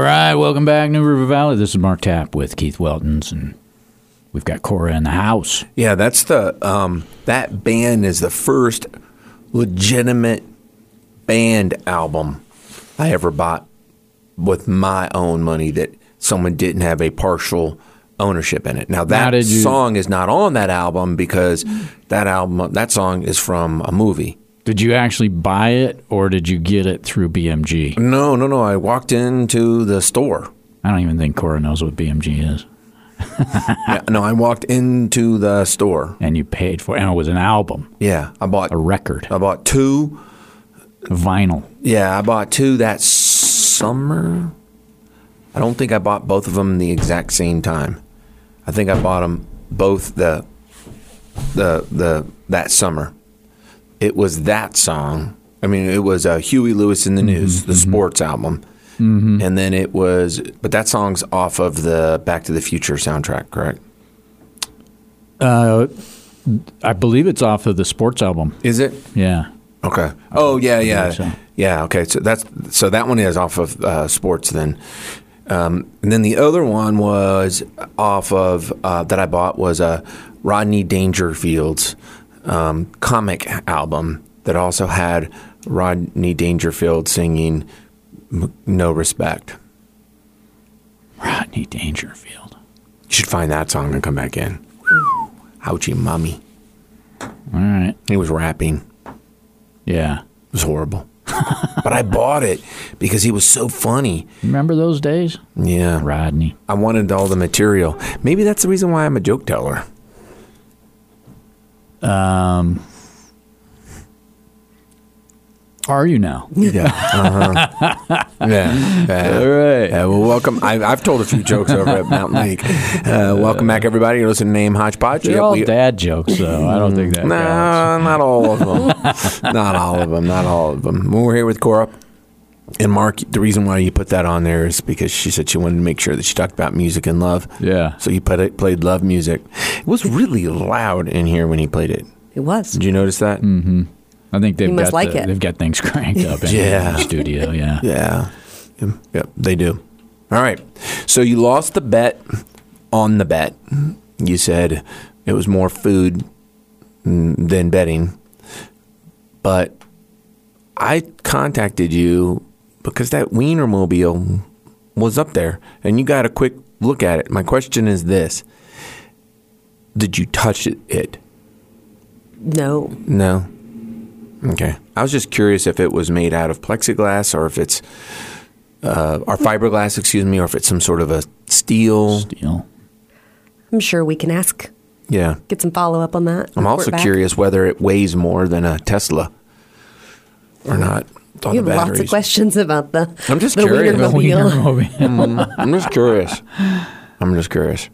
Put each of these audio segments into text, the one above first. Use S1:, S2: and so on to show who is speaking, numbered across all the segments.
S1: Welcome back, New River Valley. This is Mark Tapp with Keith Weltons, and we've got Cora in the house.
S2: Yeah, that's the um, that band is the first legitimate band album I ever bought with my own money that someone didn't have a partial ownership in it. Now
S1: How
S2: that
S1: did you-
S2: song is not on that album because that album that song is from a movie.
S1: Did you actually buy it, or did you get it through BMG?
S2: No, no, no. I walked into the store.
S1: I don't even think Cora knows what BMG is.
S2: Yeah, no, I walked into the store.
S1: And you paid for it, and it was an album,
S2: Yeah, I bought
S1: a record,
S2: I bought two
S1: vinyl.
S2: Yeah, I bought two that summer. I don't think I bought both of them the exact same time. I think I bought them both the the the that summer. It was that song. I mean, it was uh, Huey Lewis in the News, the sports album, and then it was. But that song's off of the Back to the Future soundtrack, correct?
S1: I believe it's off of the sports album.
S2: Is it?
S1: Yeah.
S2: Okay. Oh yeah, yeah,
S1: so.
S2: yeah. Okay, so that's so that one is off of uh, sports then, um, and then the other one was off of uh, that I bought was uh, Rodney Dangerfield's um, comic album that also had Rodney Dangerfield singing M- "No Respect."
S1: Rodney Dangerfield.
S2: You should find that song and come back in. Ouchie, mommy.
S1: All right.
S2: He was rapping.
S1: Yeah.
S2: It was horrible, but I bought it because he was so funny.
S1: Remember those days?
S2: Yeah.
S1: Rodney.
S2: I wanted all the material. Maybe that's the reason why I'm a joke teller.
S1: Are you now?
S2: Yeah. Uh-huh. yeah. Yeah.
S1: All right.
S2: Yeah, well, welcome. I, I've told a few jokes over at Mountain Lake. Uh, welcome back, everybody. You're listening to Name Hodgepodge.
S1: They're
S2: Yep,
S1: all
S2: we-
S1: dad jokes, though. I don't think that.
S2: No,
S1: counts.
S2: not all of them. not all of them. Not all of them. When we're here with Cora and Mark, the reason why you put that on there is because she said she wanted to make sure that she talked about music and love.
S1: Yeah.
S2: So you put it, played love music. It was really loud in here when he played it.
S3: It was.
S2: Did you notice that?
S1: I think they've
S3: You must
S1: got
S3: like
S1: the-
S3: it.
S1: they've got things cranked up in
S2: Yeah.
S1: the studio. Yeah.
S2: Yeah. Yep, Yep, they do. All right. So you lost the bet on the bet. You said it was more food mm, than betting. But I contacted you because that Wienermobile was up there and you got a quick look at it. My question is this Did you touch it? it?
S3: No,
S2: No. Okay. I was just curious if it was made out of plexiglass or if it's uh, or fiberglass, excuse me, or if it's some sort of a steel.
S1: Deal.
S3: I'm sure we can ask.
S2: Yeah.
S3: Get some follow up on that.
S2: I'm
S3: report
S2: also
S3: back.
S2: curious whether it weighs more than a Tesla or not. It's on
S3: You have
S2: the
S3: lots of
S2: batteries.
S3: questions about the.
S2: I'm just
S3: the
S2: curious.
S3: Wienermobile.
S2: I'm just curious. I'm just curious.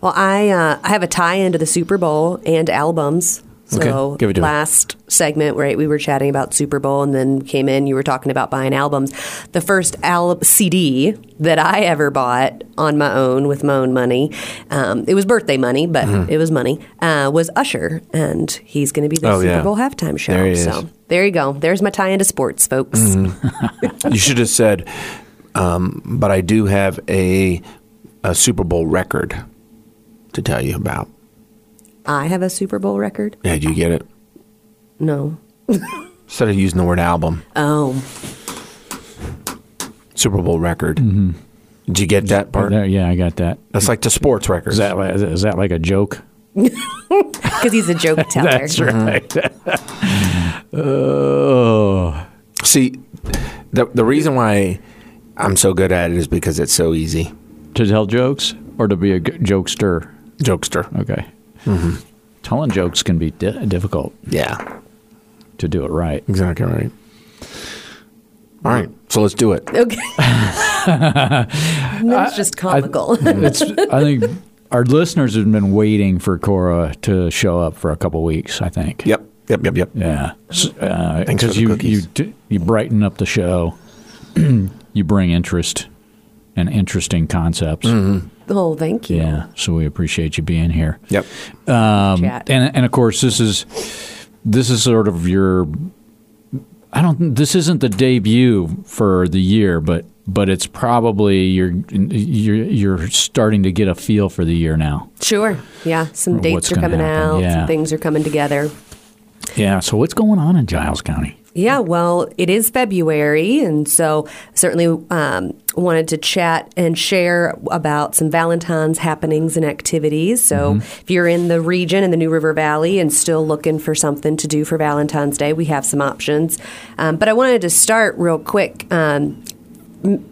S3: Well, I uh, I have a tie into the Super Bowl and albums. So
S2: Okay, give it to me.
S3: last segment, right? We were chatting about Super Bowl, and then came in. You were talking about buying albums. The first al- CD that I ever bought on my own with my own money, um, it was birthday money, but
S2: Mm-hmm.
S3: it was money. Uh, was Usher, and he's going to be the
S2: Oh,
S3: Super
S2: yeah.
S3: Bowl halftime show.
S2: There he
S3: so
S2: is. Mm-hmm.
S3: there you go. There's my tie into sports, folks.
S2: You should have said, um, but I do have a, a Super Bowl record to tell you about.
S3: I have a Super Bowl record.
S2: Yeah, do you get it?
S3: No.
S2: Instead of using the word album.
S3: Oh,
S2: Super Bowl record. Did you get Mm-hmm. that part?
S1: There, yeah, I got that.
S2: That's like the sports records.
S1: Is that li- is that like a joke?
S3: because he's a joke teller.
S1: That's right. oh,
S2: See, the the reason why I'm so good at it is because it's so easy.
S1: to tell jokes or to be a g- jokester.
S2: Jokester.
S1: Okay. Telling jokes can be di- difficult
S2: Yeah,
S1: to do it right.
S2: exactly right. All right, so let's do it.
S3: Okay. That's just comical.
S1: It's, I think our listeners have been waiting for Cora to show up for a couple weeks. I think.
S2: Yep, yep, yep, yep.
S1: Yeah. S- Uh,
S2: Thanks for
S1: 'cause
S2: the
S1: you,
S2: cookies.
S1: You, d- you brighten up the show. you bring interest and interesting concepts.
S3: oh, thank you.
S1: Yeah. So we appreciate you being here.
S2: Yep.
S3: Chat.
S1: Um, And and of course this is this is sort of your I don't this isn't the debut for the year, but but it's probably you're you're you're starting to get a feel for the year now.
S3: Sure. Yeah. Some dates
S1: What's
S3: are
S1: gonna
S3: coming
S1: happen,
S3: out.
S1: yeah.
S3: Some things are coming together.
S1: Yeah. So what's going on in Giles County?
S3: Yeah, well, it is February, and so certainly um, wanted to chat and share about some Valentine's happenings and activities. So,
S1: Mm-hmm.
S3: if you're in the region in the New River Valley and still looking for something to do for Valentine's Day, we have some options. Um, but I wanted to start real quick. Um,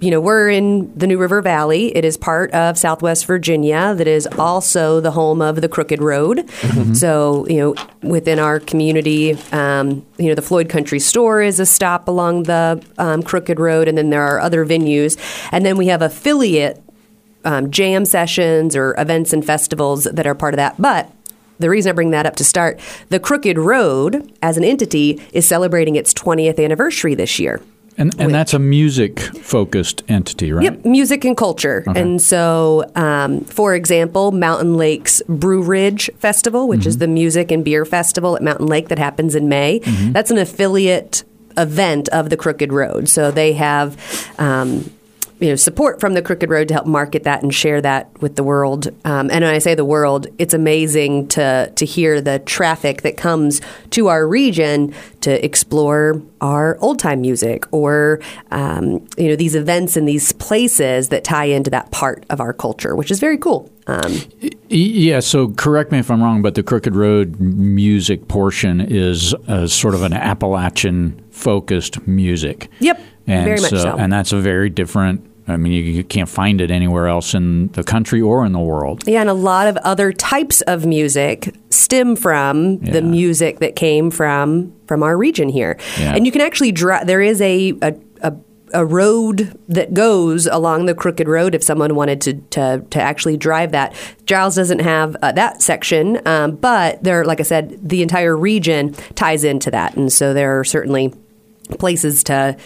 S3: you know, we're in the New River Valley. It is part of Southwest Virginia that is also the home of the Crooked Road. So, you know, within our community, um, you know, the Floyd Country Store is a stop along the um, Crooked Road, and then there are other venues. And then we have affiliate um, jam sessions or events and festivals that are part of that. But the reason I bring that up to start, the Crooked Road as an entity is celebrating its 20th anniversary this year.
S1: And and that's a music focused entity, right?
S3: Yep, music and culture. And so, um, for example, Mountain Lake's Brew Ridge Festival, which is the music and beer festival at Mountain Lake that happens in May, that's an affiliate event of the Crooked Road. So they have. Um, you know, support from the Crooked Road to help market that and share that with the world. Um, and when I say the world, it's amazing to to hear the traffic that comes to our region to explore our old time music or um, you know these events and these places that tie into that part of our culture, which is very cool. Um,
S1: Y- Yeah, so correct me if I'm wrong, but the Crooked Road music portion is uh, sort of an Appalachian focused music.
S3: Yep,
S1: and
S3: very much so.
S1: And that's a very different. I mean, you, you can't find it anywhere else in the country or in the world.
S3: Yeah, and a lot of other types of music stem from
S1: Yeah.
S3: the music that came from from our region here.
S1: Yeah.
S3: And you can actually drive. There is a a, a a road that goes along the crooked road. If someone wanted to to, to actually drive that, Giles doesn't have uh, that section, um, but there, like I said, the entire region ties into that, and so there are certainly places to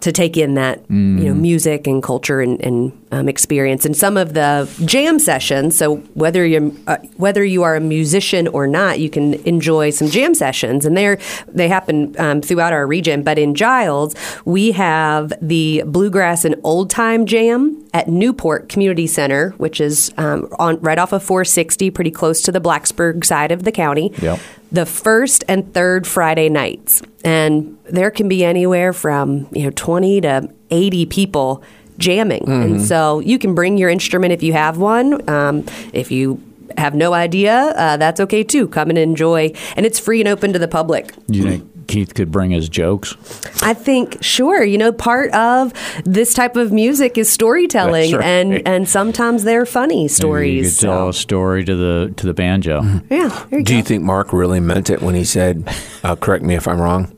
S3: to take in that you know music and culture and, and um, experience and some of the jam sessions so whether you uh, whether you are a musician or not you can enjoy some jam sessions and they're they happen um, throughout our region but in Giles we have the bluegrass and old time jam at Newport Community Center which is um, on right off of 460 pretty close to the Blacksburg side of the county
S1: Yep.
S3: the first and third Friday nights. And there can be anywhere from, you know, 20 to 80 people jamming. And so you can bring your instrument if you have one. Um, if you have no idea, uh, that's okay too. Come and enjoy. And it's free and open to the public.
S1: You think Mm-hmm. Keith could bring his jokes?
S3: I think, sure, you know, part of this type of music is storytelling.
S1: That's right.
S3: And, and sometimes they're funny
S1: Maybe you
S3: stories.
S1: could tell
S3: So, Mm-hmm.
S1: a story to the to the banjo.
S3: yeah, there you
S2: Do you
S3: go.
S2: think Mark really meant it when he said, uh, correct me if I'm wrong?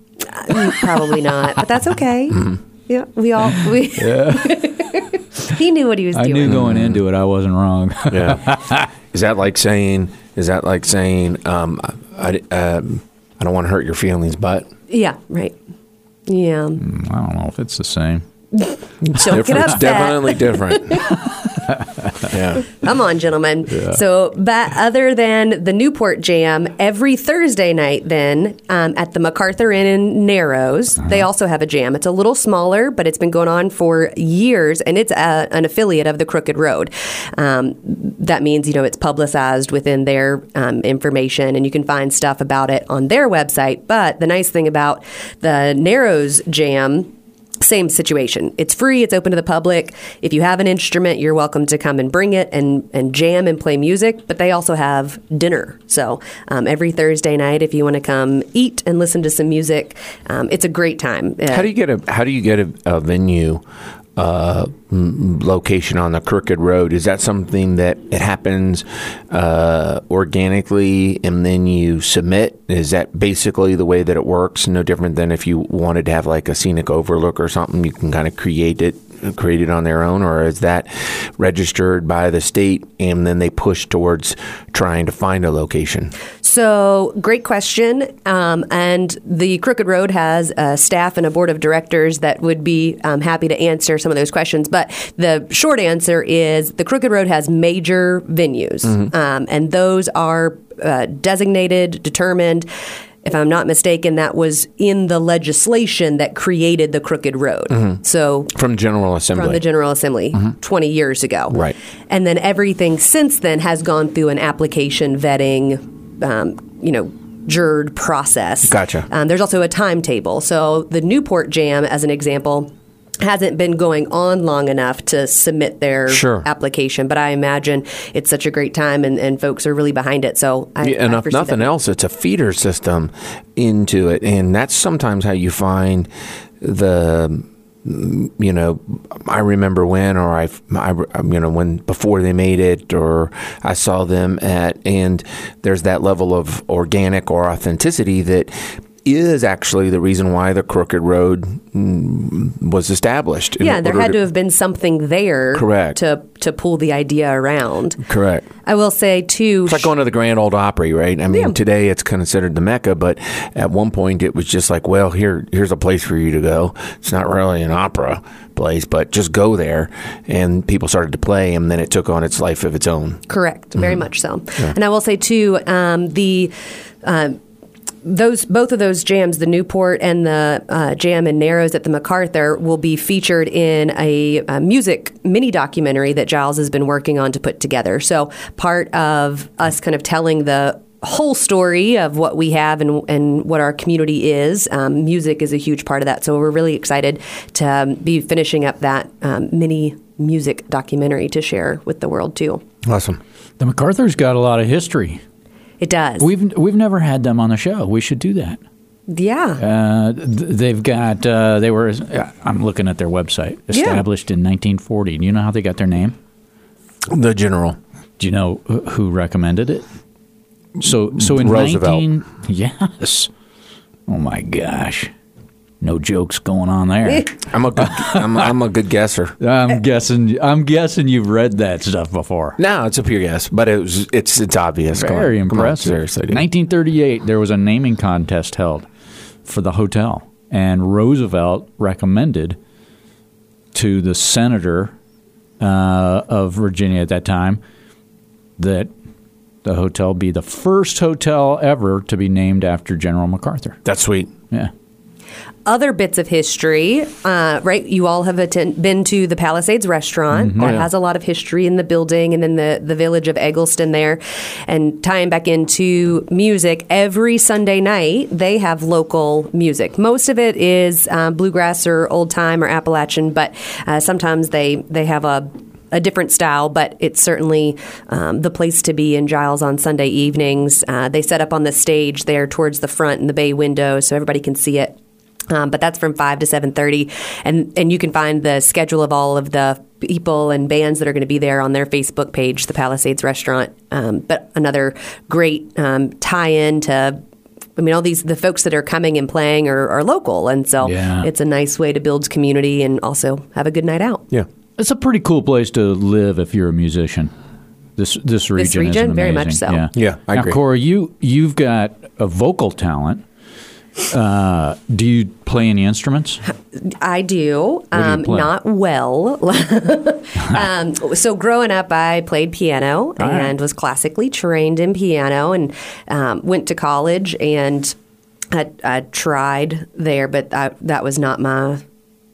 S3: Probably not, but that's okay.
S1: Mm-hmm.
S3: Yeah, we all we. he knew what he was
S1: I
S3: doing.
S1: knew going into it I wasn't wrong.
S2: Yeah. is that like saying, is that like saying, um, I, I- um, I don't want to hurt your feelings, but
S3: Yeah, right. Yeah,
S1: I don't know if it's the same.
S3: don't get
S2: different, it's
S3: upset.
S2: definitely different. yeah.
S3: Come on, gentlemen. So, but other than the Newport Jam, every Thursday night, then um, at the MacArthur Inn in Narrows, they also have a jam. It's a little smaller, but it's been going on for years, and it's a, an affiliate of the Crooked Road. Um, that means you know it's publicized within their um, information, and you can find stuff about it on their website. But the nice thing about the Narrows Jam same situation. It's free, it's open to the public. If you have an instrument, you're welcome to come and bring it and, and jam and play music, but they also have dinner. So um, every Thursday night, if you want to come eat and listen to some music, um, it's a great time. Uh,
S2: How do you get a How do you get a, a venue uh, m- location on the crooked road? Is that something that it happens uh, organically, and then you submit? Is that basically the way that it works? No different than if you wanted to have like a scenic overlook or something, you can kind of create it. Create it on their own, or is that registered by the state and then they push towards trying to find a location?
S3: So, great question. Um, and the Crooked Road has a staff and a board of directors that would be um, happy to answer some of those questions. But the short answer is the Crooked Road has major venues, um, and those are uh, designated, determined. If I'm not mistaken, that was in the legislation that created the Crooked Road. So
S2: From General Assembly.
S3: from the General Assembly 20 years ago.
S2: Mm-hmm. Right.
S3: And then everything since then has gone through an application vetting, um, you know, jurd process.
S2: Gotcha.
S3: Um, there's also a timetable. So the Newport Jam, as an example, hasn't been going on long enough to submit their
S2: Sure.
S3: application, but I imagine it's such a great time and, and folks are really behind it. So I,
S2: Yeah, and
S3: I
S2: if
S3: foresee
S2: nothing
S3: that.
S2: else, it's a feeder system into it, and that's sometimes how you find the. You know, I remember when, or I, I, you know, when before they made it, or I saw them at, and there's that level of organic or authenticity that is actually the reason why the crooked road mm, was established. in
S3: Yeah, there
S2: order
S3: had to have been something there
S2: Correct.
S3: to to pull the idea around.
S2: correct.
S3: I will say too
S2: It's like going to the Grand Old Opry, right? I mean,
S3: Yeah.
S2: today it's considered the mecca, but at one point it was just like, well, here here's a place for you to go. It's not really an opera place, but just go there. And people started to play, and then it took on its life of its own.
S3: Correct, very much so. And I will say too, um, the um those both of those jams, the Newport and the uh, jam in Narrows at the MacArthur, will be featured in a, uh music mini documentary that Giles has been working on to put together. So part of us kind of telling the whole story of what we have and and what our community is. Um, music is a huge part of that, so we're really excited to um, be finishing up that um, mini music documentary to share with the world too.
S2: Awesome.
S1: The MacArthur's got a lot of history.
S3: It does.
S1: We've we've never had them on the show. We should do that.
S3: yeah.
S1: Uh, th- they've got uh, they were. I'm looking at their website. Established in 1940. Do you know how they got their name?
S2: The general.
S1: Do you know wh- who recommended it? So so in
S2: Roosevelt.
S1: 19 yes. Oh my gosh, no jokes going on there.
S2: I'm a good. I'm, I'm a good guesser.
S1: I'm guessing I'm guessing you've read that stuff before.
S2: No, it's a pure guess, but it was. It's it's obvious. Come on.
S1: Very
S2: Come on,
S1: impressive.
S2: seriously, dude.
S1: 1938, there was a naming contest held for the hotel, and Roosevelt recommended to the senator uh, of Virginia at that time that the hotel be the first hotel ever to be named after General MacArthur.
S2: That's sweet.
S1: Yeah.
S3: Other bits of history, uh, right? You all have attend- been to the Palisades restaurant. That
S2: yeah.
S3: has a lot of history in the building and then the, the village of Eggleston there. And tying back into music, every Sunday night they have local music. Most of it is um, bluegrass or old time or Appalachian, but uh, sometimes they, they have a a different style, but it's certainly um, the place to be in Giles on Sunday evenings. Uh, they set up on the stage there towards the front in the bay window, so everybody can see it. Um, but that's from five to seven thirty, and and you can find the schedule of all of the people and bands that are going to be there on their Facebook page, the Palisades Restaurant. Um, but another great um, tie-in to. I mean, all these the folks that are coming and playing are, are local, and so
S1: Yeah.
S3: it's a nice way to build community and also have a good night out.
S2: Yeah.
S1: It's a pretty cool place to live if you're a musician. This this region, is
S3: region, very much
S1: amazing.
S3: so.
S1: Yeah,
S2: Yeah, I
S1: now,
S2: agree.
S1: Cora, you you've got a vocal talent. Uh, do you play any instruments?
S3: I do.
S1: do you
S3: um,
S1: play?
S3: Not well. um, so growing up, I played piano
S1: right.
S3: and was classically trained in piano, and um, went to college and I, I tried there, but I, that was not my.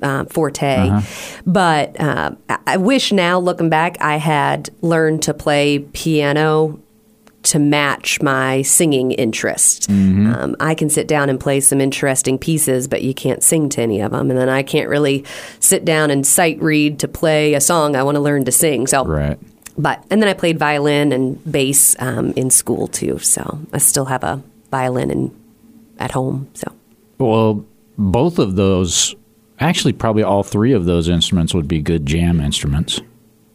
S3: Uh, forte,
S1: Uh-huh.
S3: but uh, I- I wish now, looking back, I had learned to play piano to match my singing interest. Um, I can sit down and play some interesting pieces, but you can't sing to any of them. And then I can't really sit down and sight read to play a song I want to learn to sing. So,
S1: Right.
S3: but, and then I played violin and bass um, in school too. So I still have a violin and at home. So,
S1: Well, both of those, actually, probably all three of those instruments would be good jam instruments.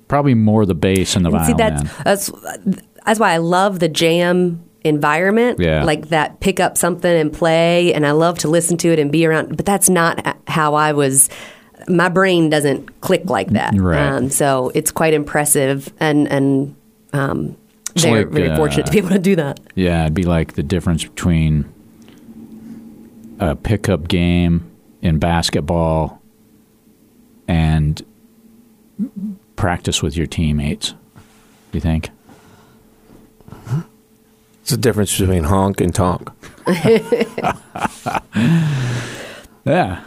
S1: Probably more the bass and the
S3: see,
S1: violin.
S3: that's, that's, that's why I love the jam environment
S1: Yeah.
S3: like that pick up something and play and i love to listen to it and be around but that's not h- how i was my brain doesn't click like that Um,
S1: Right.
S3: so it's quite impressive and and um,
S1: It's
S3: they're
S1: like,
S3: very fortunate
S1: uh,
S3: to be able to do that
S1: yeah, it'd be like the difference between a pickup game in basketball and practice with your teammates. You think?
S2: It's the difference between honk and tonk.
S1: Yeah.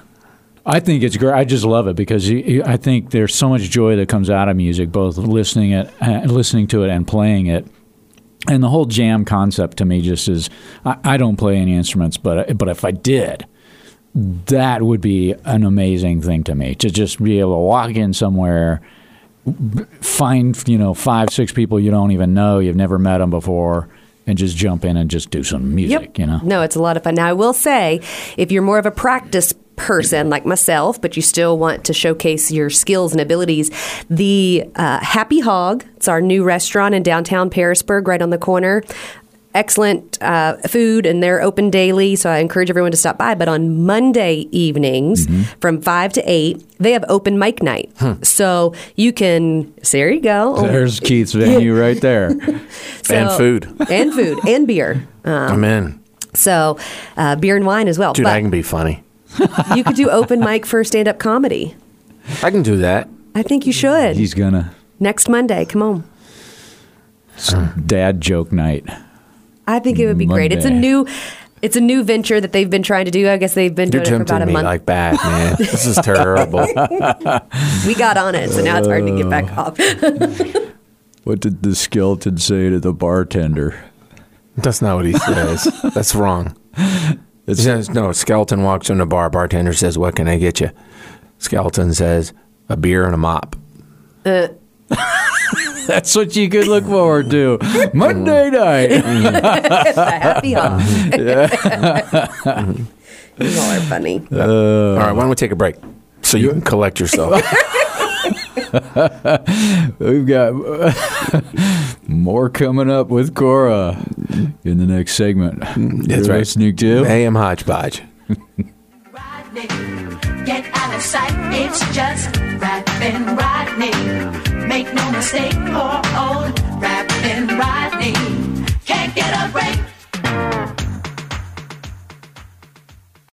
S1: I think it's great. I just love it because you, you, I think there's so much joy that comes out of music, both listening it, uh, listening to it, and playing it. And the whole jam concept to me just is. I, I don't play any instruments, but but if I did, that would be an amazing thing to me to just be able to walk in somewhere, b- find you know five six people you don't even know, you've never met them before, and just jump in and just do some music. You know,
S3: No, it's a lot of fun. Now, I will say, if you're more of a practice person like myself, but you still want to showcase your skills and abilities, the uh, Happy Hog, it's our new restaurant in downtown Parisburg, right on the corner. Excellent uh, food, and they're open daily, so I encourage everyone to stop by. But on Monday evenings
S2: Mm-hmm.
S3: from 5 to 8, they have open mic night. So you can, there you go.
S1: there's Keith's venue right there.
S3: So-
S2: and food.
S3: And food, and beer. Uh,
S2: I'm in.
S3: so uh, beer and wine as well.
S2: Dude,
S3: But-
S2: I can be funny.
S3: you could do open mic for stand up comedy.
S2: I can do that.
S3: I think you should.
S1: He's gonna
S3: Next Monday, come on.
S1: it's dad joke night.
S3: I think it would be great. It's a
S1: Monday.
S3: new it's a new venture that they've been trying to do. I guess they've been
S2: You're
S3: doing it for about a
S2: tempting me
S3: month.
S2: like that, man. this is terrible.
S3: we got on it, so now it's hard to get back
S2: uh,
S3: off.
S1: What did the skeleton say to the bartender?
S2: That's not what he says. That's wrong. It says, no, skeleton walks in the bar. Bartender says, what can I get you? Skeleton says, a beer and a mop.
S1: That's what you could look forward to. Monday night.
S3: Happy off. you all are funny.
S2: All right, why don't we take a break so you can collect yourself?
S1: We've got more coming up with Cora in the next segment. That's
S2: right.
S1: Listening to
S2: AM Hodgepodge.
S4: Rodney. Get out of sight, it's just rapping Rodney. Make no mistake, poor old rapping Rodney. Can't get a break.